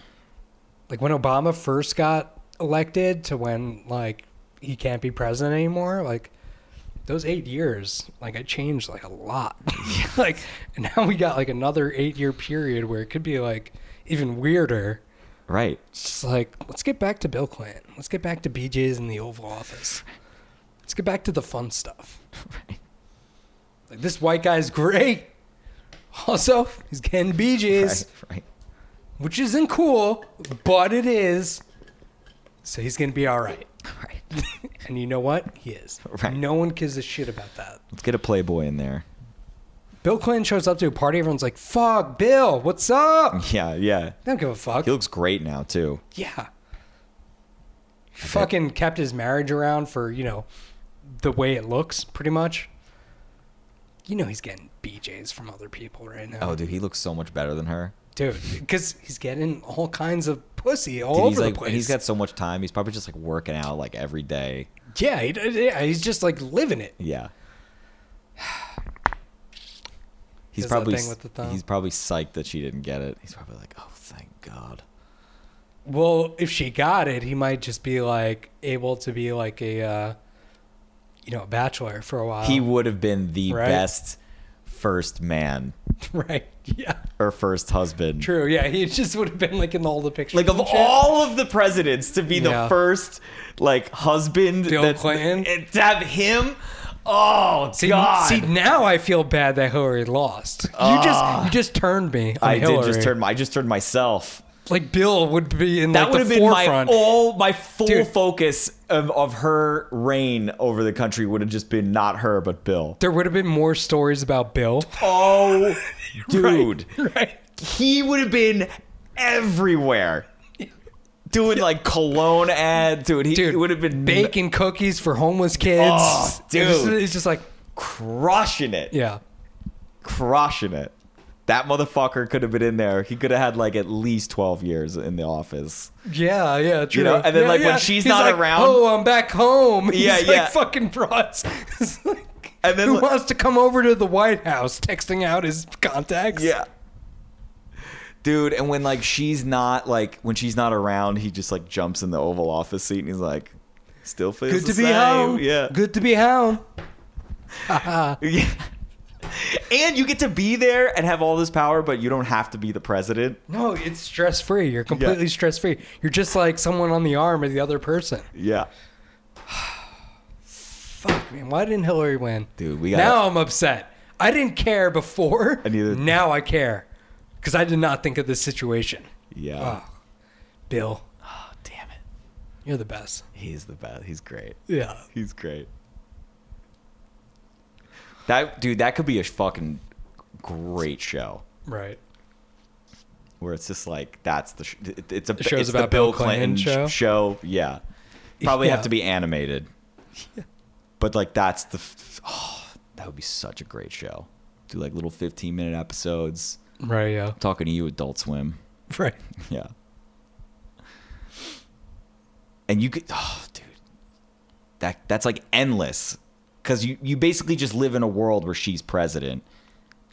Like when Obama first got elected to when like he can't be president anymore. Like those eight years, like I changed like a lot. like and now we got like another eight year period where it could be like even weirder.
Right.
It's just like let's get back to Bill Clinton. Let's get back to BJ's in the Oval Office. Let's get back to the fun stuff. Like this white guy's great. Also, he's getting BJ's
Right. Right.
which isn't cool, but it is. So he's gonna be all right. and you know what? He is.
Right.
No one gives a shit about that.
Let's get a Playboy in there.
Bill Clinton shows up to a party. Everyone's like, "Fuck, Bill, what's up?" They
Yeah. Yeah.
don't give a fuck.
He looks great now too.
yeah. Fucking kept his marriage around for you know, the way it looks, pretty much. You know he's getting BJ's from other people right now,
Oh, dude, he looks so much better than her.
dude, because he's getting all kinds of pussy all
Dude,
over
he's
the
like,
place.
he's got so much time. He's probably just like working out like every day.
yeah, he, yeah, he's just like living it.
Yeah. He's
Does that
probably
thing with the thumb.
he's probably psyched that she didn't get it. He's probably like, oh, thank God.
Well, if she got it, he might just be like able to be like a, uh, you know, a bachelor for a while.
He would have been the
Oh. Right.
best first man
right? Yeah,
or first husband.
true. Yeah, he just would have been like in all the pictures.
Like of
and shit.
all of the presidents to be
Yeah.
the first like husband
Bill
that's-
Clinton?
and to have him. Oh
See,
God! Ah.
see, now I feel bad that Hillary lost. you just you just turned me. On
I
Hillary.
did just turn. I just turned myself.
Like Bill would be in
That
like
would
the
have been
forefront.
my all my full
Dude.
focus of, of her reign over the country would have just been not her but Bill.
there would have been more stories about Bill.
Oh, dude,
right.
he would have been everywhere. Doing like cologne ads, dude. He
Dude,
would have been
baking cookies for homeless kids.
Oh,
It was-
dude.
it's just like
crushing it,
yeah.
crushing it. That motherfucker could have been in there. He could have had like at least twelve years in the office.
Yeah, yeah, true.
know, and then,
Yeah,
like, when
yeah.
she's
He's
not
like,
around-
oh, I'm back home. He's
Yeah,
like,
yeah.
Fucking broads. It's like,
And then,
who
like-
wants to come over to the White House? Texting out his contacts.
Yeah. Dude, and when like she's not like when she's not around, he just like jumps in the Oval Office seat and he's like, "Still feels
good
the
to be
same."
home.
Yeah.
good to be home.
Yeah. and you get to be there and have all this power, but you don't have to be the president.
No, it's stress free. You're completely stress free. You're just like someone on the arm of the other person.
Yeah.
Fuck man, why didn't Hillary win?
Dude, we
now
got
I'm upset. I didn't care before.
I neither-
Now I care because I did not think of this situation.
Yeah.
Oh, Bill,
Oh, damn it.
you're the best.
He's the best. He's great.
Yeah.
He's great. That dude, that could be a fucking great show.
Right.
where it's just like that's the sh- it- it's a
The show's
it's
about
the Bill
Bill Clinton
Clinton,
show?
sh- show. Yeah, probably
Yeah.
have to be animated. But like that's the f- oh, that would be such a great show. Do like little fifteen minute episodes.
Right. Yeah.
Talking to you, Adult Swim.
Right.
Yeah. And you could, oh, dude, that that's like endless, because you you basically just live in a world where she's president.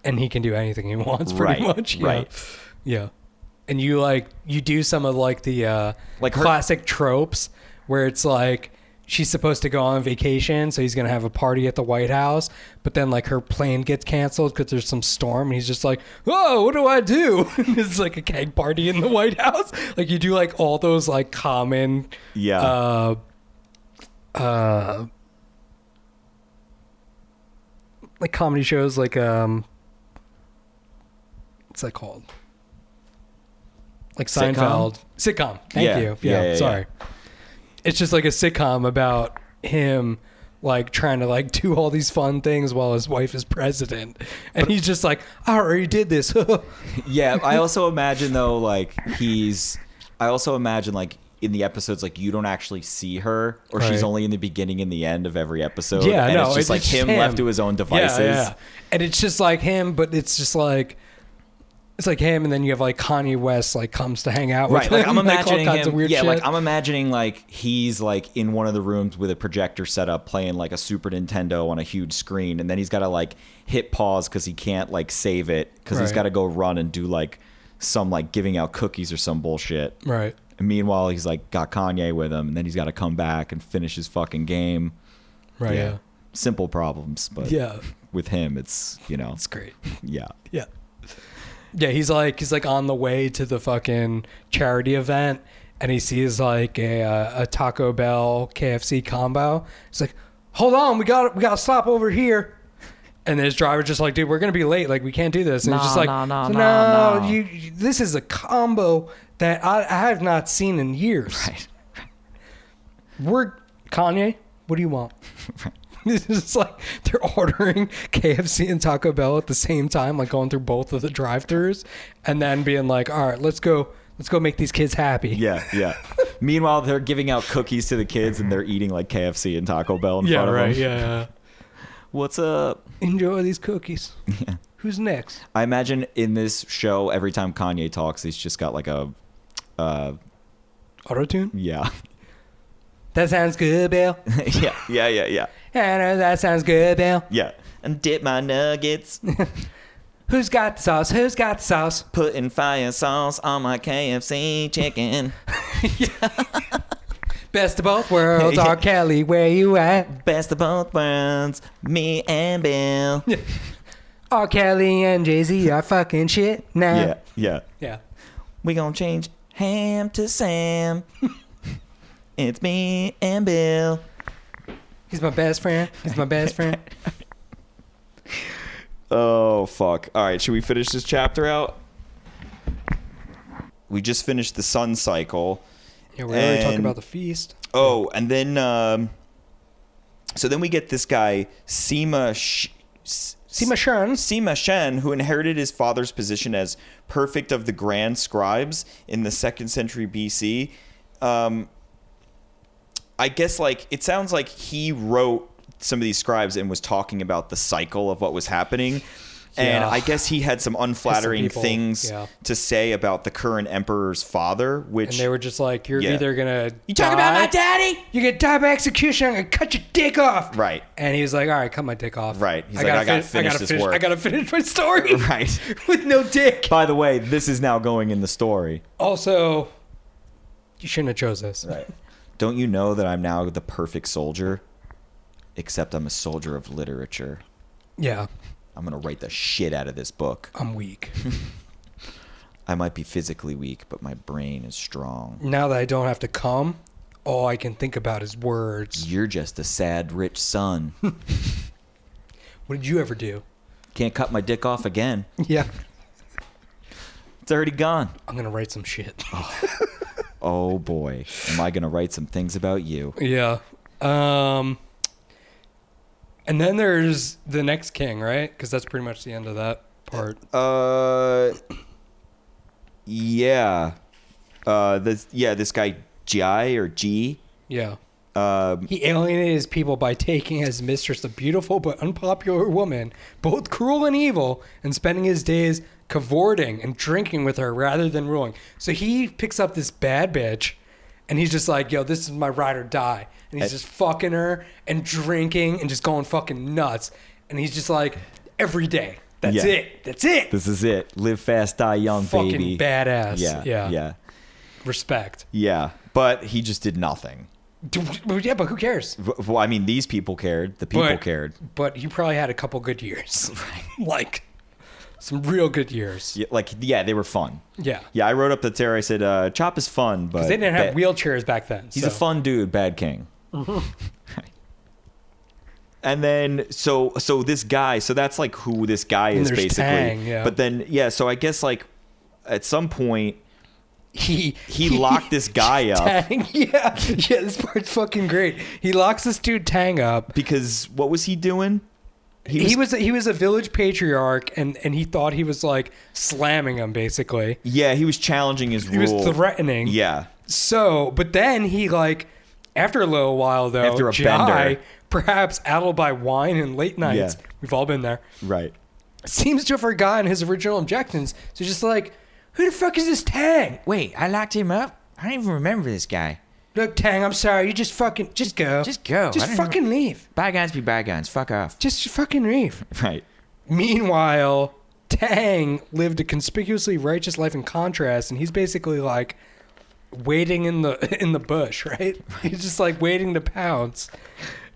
And he can do anything he wants, pretty
Right,
much. Yeah.
right.
Yeah. And you like you do some of like the uh,
Like her-
classic tropes where it's like she's supposed to go on vacation, so he's gonna have a party at the White House, but then like her plane gets canceled because there's some storm, and he's just like, "Whoa, what do I do?" And it's like a keg party in the White House. Like you do like all those like common
Yeah.
uh, uh, like comedy shows, like um, what's that called? Like
Sitcom?
Seinfeld sitcom. Thank
Yeah.
you. Yeah,
Yeah, yeah,
sorry. It's just like a sitcom about him like trying to like do all these fun things while his wife is president and he's just like i already did this
Yeah, I also imagine though, like he's. I also imagine like in the episodes, like you don't actually see her, or
Right.
she's only in the beginning and the end of every episode.
Yeah,
and
no,
it's just
it's
like
just
him,
him.
left to his own devices.
And it's just like him, but it's just like It's like him, and then you have like Kanye West like comes to hang out.
Right,
with
like I'm
him, all
imagining
kinds of
him.
weird
yeah,
shit.
like I'm imagining like he's like in one of the rooms with a projector set up, playing like a Super Nintendo on a huge screen, and then he's got to like hit pause because he can't like save it because he's
Right.
got to go run and do like some like giving out cookies or some bullshit.
right.
And meanwhile, he's like got Kanye with him, and then he's got to come back and finish his fucking game.
Right. Oh, Yeah.
simple problems, but
Yeah.
with him, it's you know,
It's great.
yeah.
Yeah. Yeah, he's like he's like on the way to the fucking charity event, and he sees like a uh, a Taco Bell KFC combo. He's like, "Hold on, we got we got to stop over here." And his driver's just like, "Dude, we're gonna be late. Like, we can't do this." And he's
Nah,
just like,
nah, nah,
"No,
nah, nah."
you, you- this is a combo that I, I have not seen in years.
Right.
We're Kanye. What do you want?" This is like they're ordering KFC and Taco Bell at the same time, like going through both of the drive-throughs, and then being like, "All right, let's go, let's go make these kids happy."
Yeah, yeah. Meanwhile, they're giving out cookies to the kids, and they're eating like KFC and Taco Bell in front of them.
yeah.
What's up?
Enjoy these cookies. Who's next?
I imagine in this show, every time Kanye talks, he's just got like a, uh,
Auto tune.
yeah,
That sounds good, Bill.
yeah, yeah, yeah, yeah,
I know that sounds good, Bill.
yeah. And dip my nuggets,
Who's got the sauce? Who's got the sauce?
putting fire sauce on my KFC chicken.
Best of both worlds. R. Kelly, where you at?
Best of both worlds, me and Bill.
R. Kelly and Jay Z are fucking shit now.
Yeah, yeah.
Yeah.
We gonna change ham to Sam. it's me and Bill.
He's my best friend. He's my best friend.
Oh fuck! All right, should we finish this chapter out? We just finished the sun cycle.
Yeah, we're already talking
And-
about the feast.
Oh, and then um, so then we get this guy Sema Sh-
Sima
Sema
Shan.
Sima Shen, who inherited his father's position as perfect of the grand scribes in the second century BC. Um, I guess like it sounds like he wrote some of these scribes and was talking about the cycle of what was happening. And
Yeah.
I guess he had some unflattering
people,
things
yeah.
to say about the current emperor's father, which
And they were just like, "You're
Yeah.
either gonna
You talking about my
daddy? You gonna die by execution. I'm gonna cut your dick off."
Right.
And he's like, "All right, cut my dick off."
Right. He's like, "I gotta
fin-
finish
I gotta
this
finish,
work."
I gotta finish my story
right.
with no dick."
By the way, this is now going in the story.
Also, you shouldn't have chose this.
Right. Don't you know that I'm now the perfect soldier? Except I'm a soldier of literature.
Yeah,
I'm going to write the shit out of this book.
I'm weak.
I might be physically weak, but my brain is strong.
now that I don't have to come, all I can think about is words.
You're just a sad, rich son.
What did you ever do?
Can't cut my dick off again.
Yeah,
It's already gone.
I'm gonna write some shit.
Oh boy. Am I going to write some things about you?
Yeah. Um and then there's the next king, right? Cuz that's pretty much the end of that part.
Uh, yeah. Uh, this, yeah, this guy, G.I. or G.
Yeah.
Um,
He alienated his people by taking as mistress a beautiful but unpopular woman, both cruel and evil, and spending his days cavorting and drinking with her rather than ruling. So he picks up this bad bitch and he's just like, yo, this is my ride or die. And he's just fucking her and drinking and just going fucking nuts. And he's just like, every day. That's
Yeah.
it. That's it.
This is it. Live fast, die young,
fucking
baby.
badass.
Yeah,
yeah,
yeah, yeah,
Respect.
yeah. But he just did nothing.
D- w- Yeah, but who cares?
W- Well, I mean, these people cared. The people
But-
cared.
But he probably had a couple good years, like some real good years.
Yeah, like, yeah, they were fun.
Yeah,
Yeah, I wrote up the terror. I said, uh, "Chop is fun, but
they didn't have
ba-
wheelchairs back then.
He's
so.
a fun dude, bad king." and then so so this guy, so that's like who this guy is
there's
basically.
Tang, yeah.
But then yeah, so I guess like at some point
He
he locked this guy up.
Tang, yeah, yeah. This part's fucking great. He locks this dude Tang up.
because what was he doing?
He was, he was a village patriarch, and and he thought he was like slamming him basically.
yeah, he was challenging his
He was
rule.
threatening.
Yeah,
So, but then he like after a little while though,
After a
Jai,
bender.
perhaps addled by wine and late nights.
Yeah.
We've all been there.
right.
seems to have forgotten his original objections. So just like, who the fuck is this Tang?
Wait, I locked him up? I don't even remember this guy.
Look, Tang, I'm sorry. You just fucking just go.
just go. I
Oh. Just
don't
fucking leave.
Bygones be bygones. Fuck off.
Just fucking leave.
Right.
Meanwhile, Tang lived a conspicuously righteous life in contrast, and he's basically like waiting in the in the bush, right? He's just like waiting to pounce.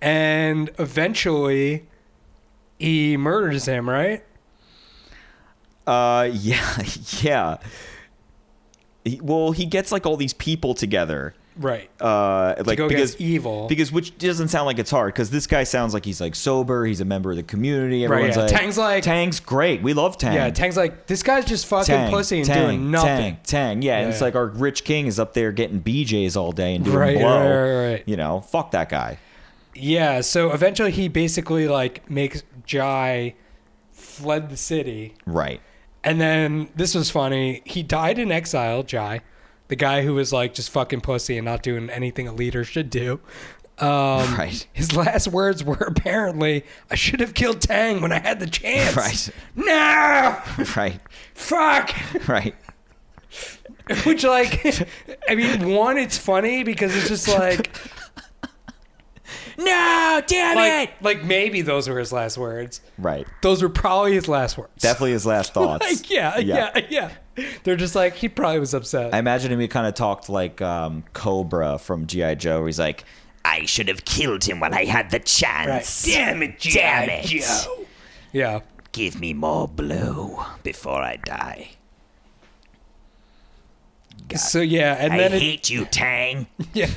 And eventually he murders him, right?
Uh, yeah, yeah. He, well, he gets like all these people together.
Right.
Uh, like
go
because
against evil.
Because which doesn't sound like it's hard. Because this guy sounds like he's like sober. He's a member of the community.
Right,
Everyone's
yeah.
like
Tang's like-
Tang's great. We love Tang.
Yeah, Tang's like, this guy's just fucking
Tang,
pussy and
Tang,
doing nothing.
Tang, Tang. Yeah, and
Yeah.
it's like our rich king is up there getting BJ's all day and doing
Right,
blow.
right, right, right.
You know, fuck that guy.
Yeah, so eventually he basically like makes Jai fled the city.
Right.
And then this was funny. He died in exile, Jai, the guy who was like just fucking pussy and not doing anything a leader should do. Um,
Right.
His last words were apparently, "I should have killed Tang when I had the chance."
Right.
No,
Right.
fuck.
Right.
Which, like, I mean, one, it's funny because it's just like,
No, damn
like,
it!
like maybe those were his last words.
Right.
Those were probably his last words.
Definitely his last thoughts.
Like, yeah, yeah, yeah, They're just like he probably was upset.
I imagine him. He kind of talked like um, Cobra from GI Joe. Where he's like,
I should have killed him while I had the chance.
Damn it, G.I.
Damn it.
Yeah.
Give me more blue before I die.
So yeah, and
I
then it,
hate you, Tang.
yeah,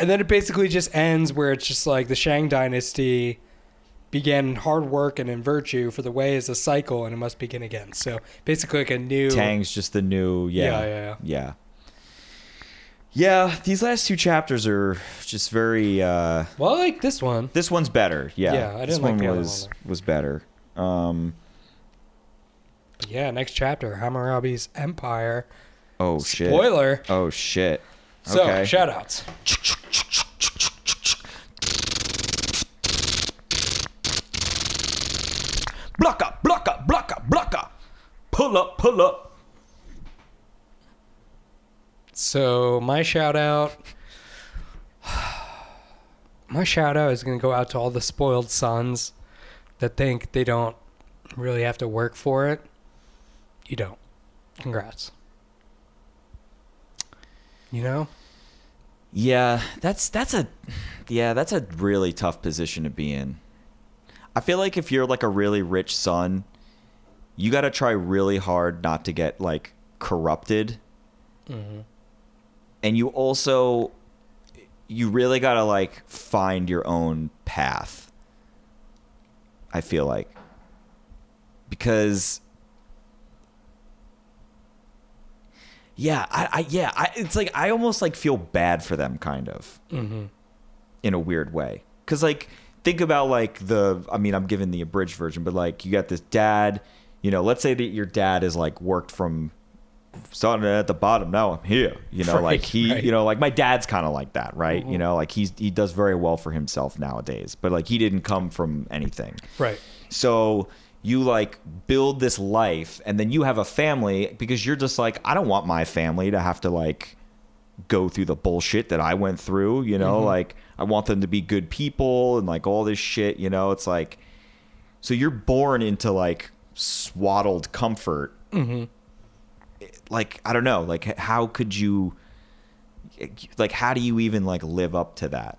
and then it basically just ends where it's just like the Shang Dynasty began in hard work and in virtue, for the way is a cycle and it must begin again. So basically, like a new
Tang's just the new.
Yeah, yeah,
yeah. Yeah, these last two chapters are just very. Uh,
Well, I like this one.
this one's better. Yeah,
Yeah, I
this
didn't like the other one
was
there.
was better. Um,
But yeah, next chapter, Hammurabi's Empire.
oh shit.
Spoiler.
Oh shit.
So
okay.
shout outs.
Block up, block up, block up, block up. Pull up, pull up.
So my shout out, my shout out is gonna go out to all the spoiled sons that think they don't really have to work for it. You don't. Congrats. You know,
Yeah, that's that's a yeah, that's a really tough position to be in. I feel like if you're like a really rich son, you got to try really hard not to get like corrupted. And you also you really got to like find your own path. I feel like because Yeah, I, I yeah, I, it's like I almost like feel bad for them, kind of,
Mm-hmm.
in a weird way. Cause like think about like the, I mean, I'm giving the abridged version, but like you got this dad, you know, let's say that your dad is like worked from starting at the bottom. Now I'm here, you know,
Right,
like he,
right. Mm-hmm.
you know, like my dad's kind of like that, right? You know, like he's he does very well for himself nowadays, but like he didn't come from anything.
right?
So you like build this life and then you have a family because you're just like, I don't want my family to have to like go through the bullshit that I went through, you know? Like, I want them to be good people and like all this shit, you know? It's like, so you're born into like swaddled comfort. Mm-hmm. Like, I don't know. Like, h- how could you, like, how do you even like live up to that?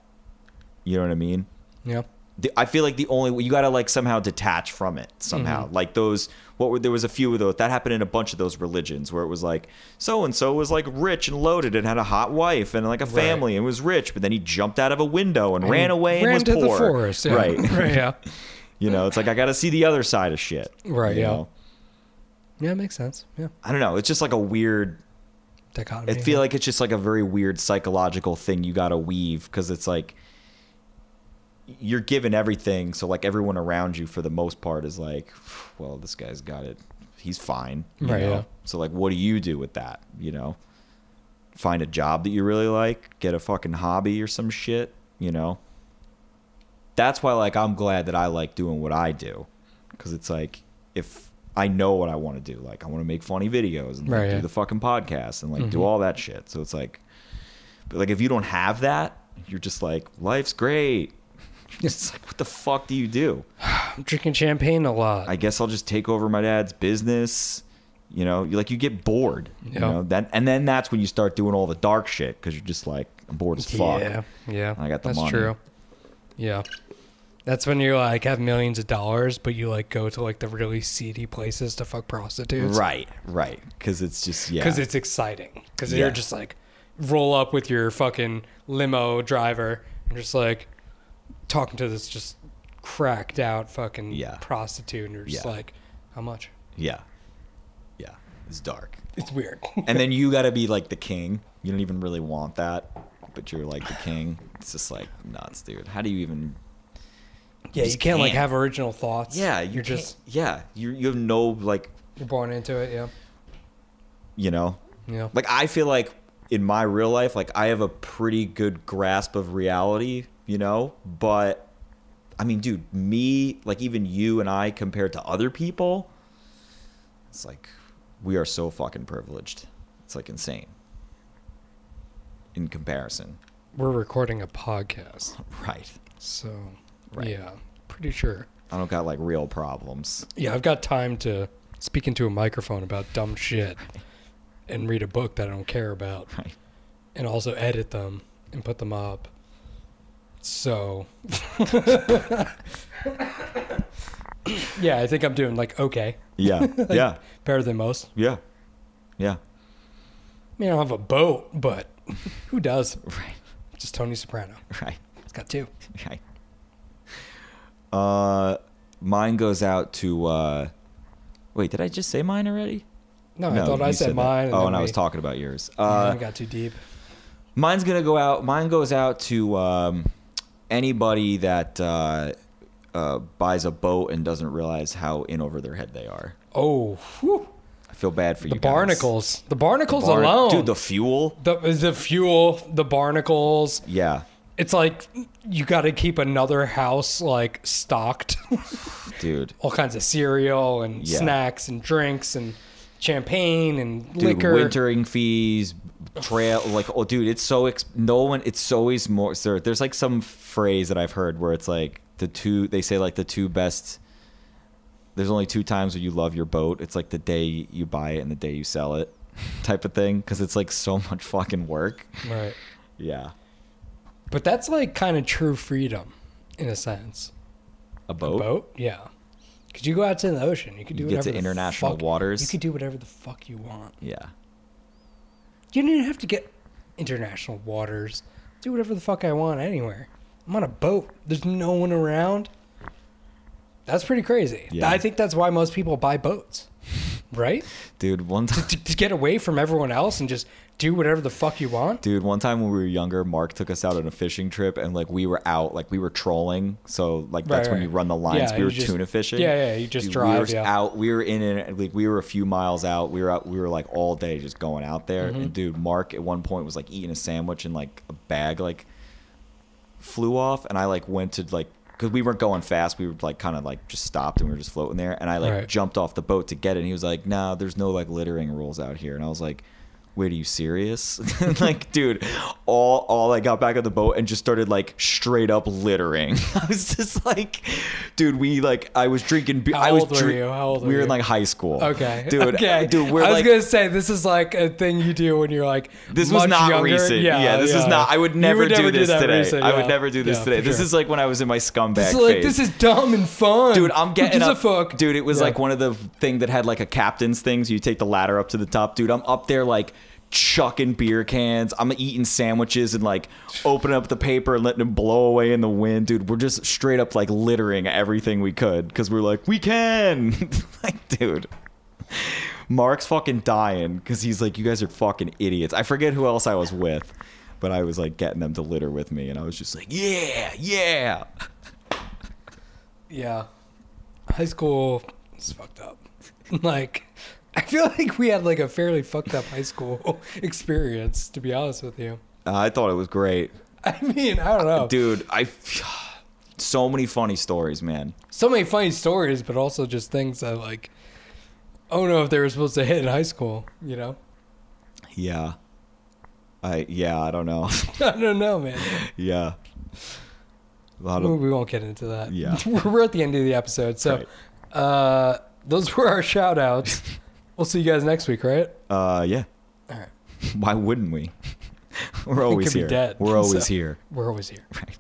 You know what I mean?
Yeah.
the, I feel like the only way you got to like somehow detach from it somehow.
Mm-hmm.
Like those, what were there was a few of those that happened in a bunch of those religions where it was like so and so was like rich and loaded and had a hot wife and like a family and was rich, but then he jumped out of a window and, ran away and
Mm. Ran
was
to
poor.
the forest. Yeah.
Right.
right. Yeah.
you know, it's like I got to see the other side of shit.
Right,
you
yeah.
know?
Yeah, it makes sense. Yeah.
I don't know. It's just like a weird
Dichotomy.
I feel like it's just like a very weird psychological thing you got to weave because it's like you're given everything, so like everyone around you for the most part is like, well, this guy's got it, he's fine, you
Right,
know?
yeah.
So like, what do you do with that? You know, find a job that you really like, get a fucking hobby or some shit, you know. That's why like I'm glad that I like doing what I do because it's like if I know what I want to do. Like I want to make funny videos and like,
Right, yeah. Mm-hmm.
do the fucking podcast and like do all that shit. So it's like, but like if you don't have that, you're just like life's great. It's like what the fuck do you do?
I'm drinking champagne a lot.
I guess I'll just take over my dad's business. You know, you like you get bored. You
Yeah.
know that, and then that's when you start doing all the dark shit because you're just like I'm bored as fuck.
Yeah, yeah.
I got the
That's
money.
true. Yeah. That's when you like have millions of dollars, but you like go to like the really seedy places to fuck prostitutes.
Right, right. Because it's just yeah.
Because it's exciting. Because
Yeah.
you're just like roll up with your fucking limo driver and just like talking to this just cracked out fucking
Yeah.
prostitute, and you're just
Yeah.
like, how much?
yeah, yeah. It's dark,
It's weird.
and then you got to be like the king. You don't even really want that, but you're like the king. It's just like nuts, dude. How do you even?
yeah, you
just
can't like
can't.
have original thoughts.
Yeah, you
you're
can't-
just
yeah. You you have no like
you're born into it. Yeah,
you know
yeah.
like I feel like in my real life, like I have a pretty good grasp of reality, you know, but I mean, dude, me, like even you and I compared to other people, it's like we are so fucking privileged. It's like insane in comparison.
We're recording a podcast.
Right.
So,
Right.
yeah, pretty sure.
I don't got like real problems.
Yeah, I've got time to speak into a microphone about dumb shit and read a book that I don't care about
Right.
and also edit them and put them up. So, yeah, I think I'm doing like okay,
Yeah. yeah.
better than most.
Yeah. Yeah.
I mean, I don't have a boat, but who does?
Right.
Just Tony Soprano.
Right.
It's got two.
Okay. Uh, mine goes out to. Uh, wait, did I just say mine already?
No, I thought I
you
said,
that.
mine.
oh,
then
and I
we-
was talking about yours.
and then
Uh,
we got too deep.
mine's gonna go out. Mine goes out to um, anybody that uh, uh, buys a boat and doesn't realize how in over their head they are.
Oh, whew.
I feel bad for
the
you. guys.
barnacles. The barnacles
Barn-
alone.
dude. The fuel.
the the fuel, the barnacles.
Yeah,
It's like you got to keep another house like stocked,
dude.
all kinds of cereal and
Yeah.
snacks and drinks and champagne and
dude,
liquor.
wintering fees, trail, like, oh, dude, it's so, ex- no one, it's always more, sir, there's like some phrase that I've heard where it's like the two, they say like the two best, there's only two times where you love your boat. It's like the day you buy it and the day you sell it type of thing. Cause it's like so much fucking work.
Right.
Yeah.
But that's like kind of true freedom in a sense.
A boat.
Boat? Yeah. Cuz you go out to the ocean, you could do
Oh. You get
whatever
to
the
international
fuck-
waters.
You could do whatever the fuck you want.
yeah.
You don't even have to get international waters. Do whatever the fuck I want anywhere. I'm on a boat. There's no one around. That's pretty crazy.
Yeah.
I think that's why most people buy boats, right?
Dude, one time.
to, to get away from everyone else and just do whatever the fuck you want.
Dude, one time when we were younger, Mark took us out on a fishing trip, and like we were out, like we were trolling. So like
Right,
that's when
right.
you run the lines.
Yeah,
we
you
were
just-
tuna fishing.
yeah, yeah, you just
Dude, We
drive,
were
yeah.
out. We were in it. Like we were a few miles out. We were out. We were like all day just going out there.
Mm-hmm.
And dude, Mark at one point was like eating a sandwich and like a bag like flew off, and I like went to like. Cause we weren't going fast, we were like kind of like just stopped and we were just floating there. And I like
Right.
jumped off the boat to get it. And he was like, "Nah, there's no like littering rules out here." And I was like, wait are you serious like dude all all i got back on the boat and just started like straight up littering i was just like dude we like i was drinking beer
How
i was
old were
drink-
you? How old
we
were
were in
you?
like high school
Okay,
dude
Okay.
dude we're
I was
like
gonna say this is like a thing you do when you're like
this was
much
not
younger.
recent yeah, this is not i would
You
never, do
never
this
that
today
recent,
i
yeah.
would never do this
Yeah,
today
for
this
sure.
is like when i was in my scumbag
This is like
phase.
this is dumb and fun,
Dude, I'm getting
Who
up.
gives a fuck,
Dude, it was
Yeah.
like one of the thing that had like a captain's thing. So you take the ladder up to the top. Dude, I'm up there like chucking beer cans. I'm eating sandwiches and like opening up the paper and letting it blow away in the wind. Dude, we're just straight up like littering everything we could because we're like, we can. like, dude. Mark's fucking dying because he's like, you guys are fucking idiots. I forget who else I was with, but I was like getting them to litter with me, and I was just like, yeah, yeah.
Yeah. High school is fucked up. like, I feel like we had like a fairly fucked up high school experience, to be honest with you.
Uh, I thought it was great.
I mean, I don't know.
dude i So many funny stories, man.
So many funny stories, but also just things that like, I don't know if they were supposed to hit in high school. You know,
Yeah. I yeah, I don't know.
I don't know, man.
yeah. A lot
Well,
of
we won't get into that.
Yeah.
We're at the end of the episode. So uh, those were our shout outs. we'll see you guys next week, right?
uh yeah.
All right.
Why wouldn't we? We're always
could be
here.
dead,
We're always
so-
here.
We're always here.
Right.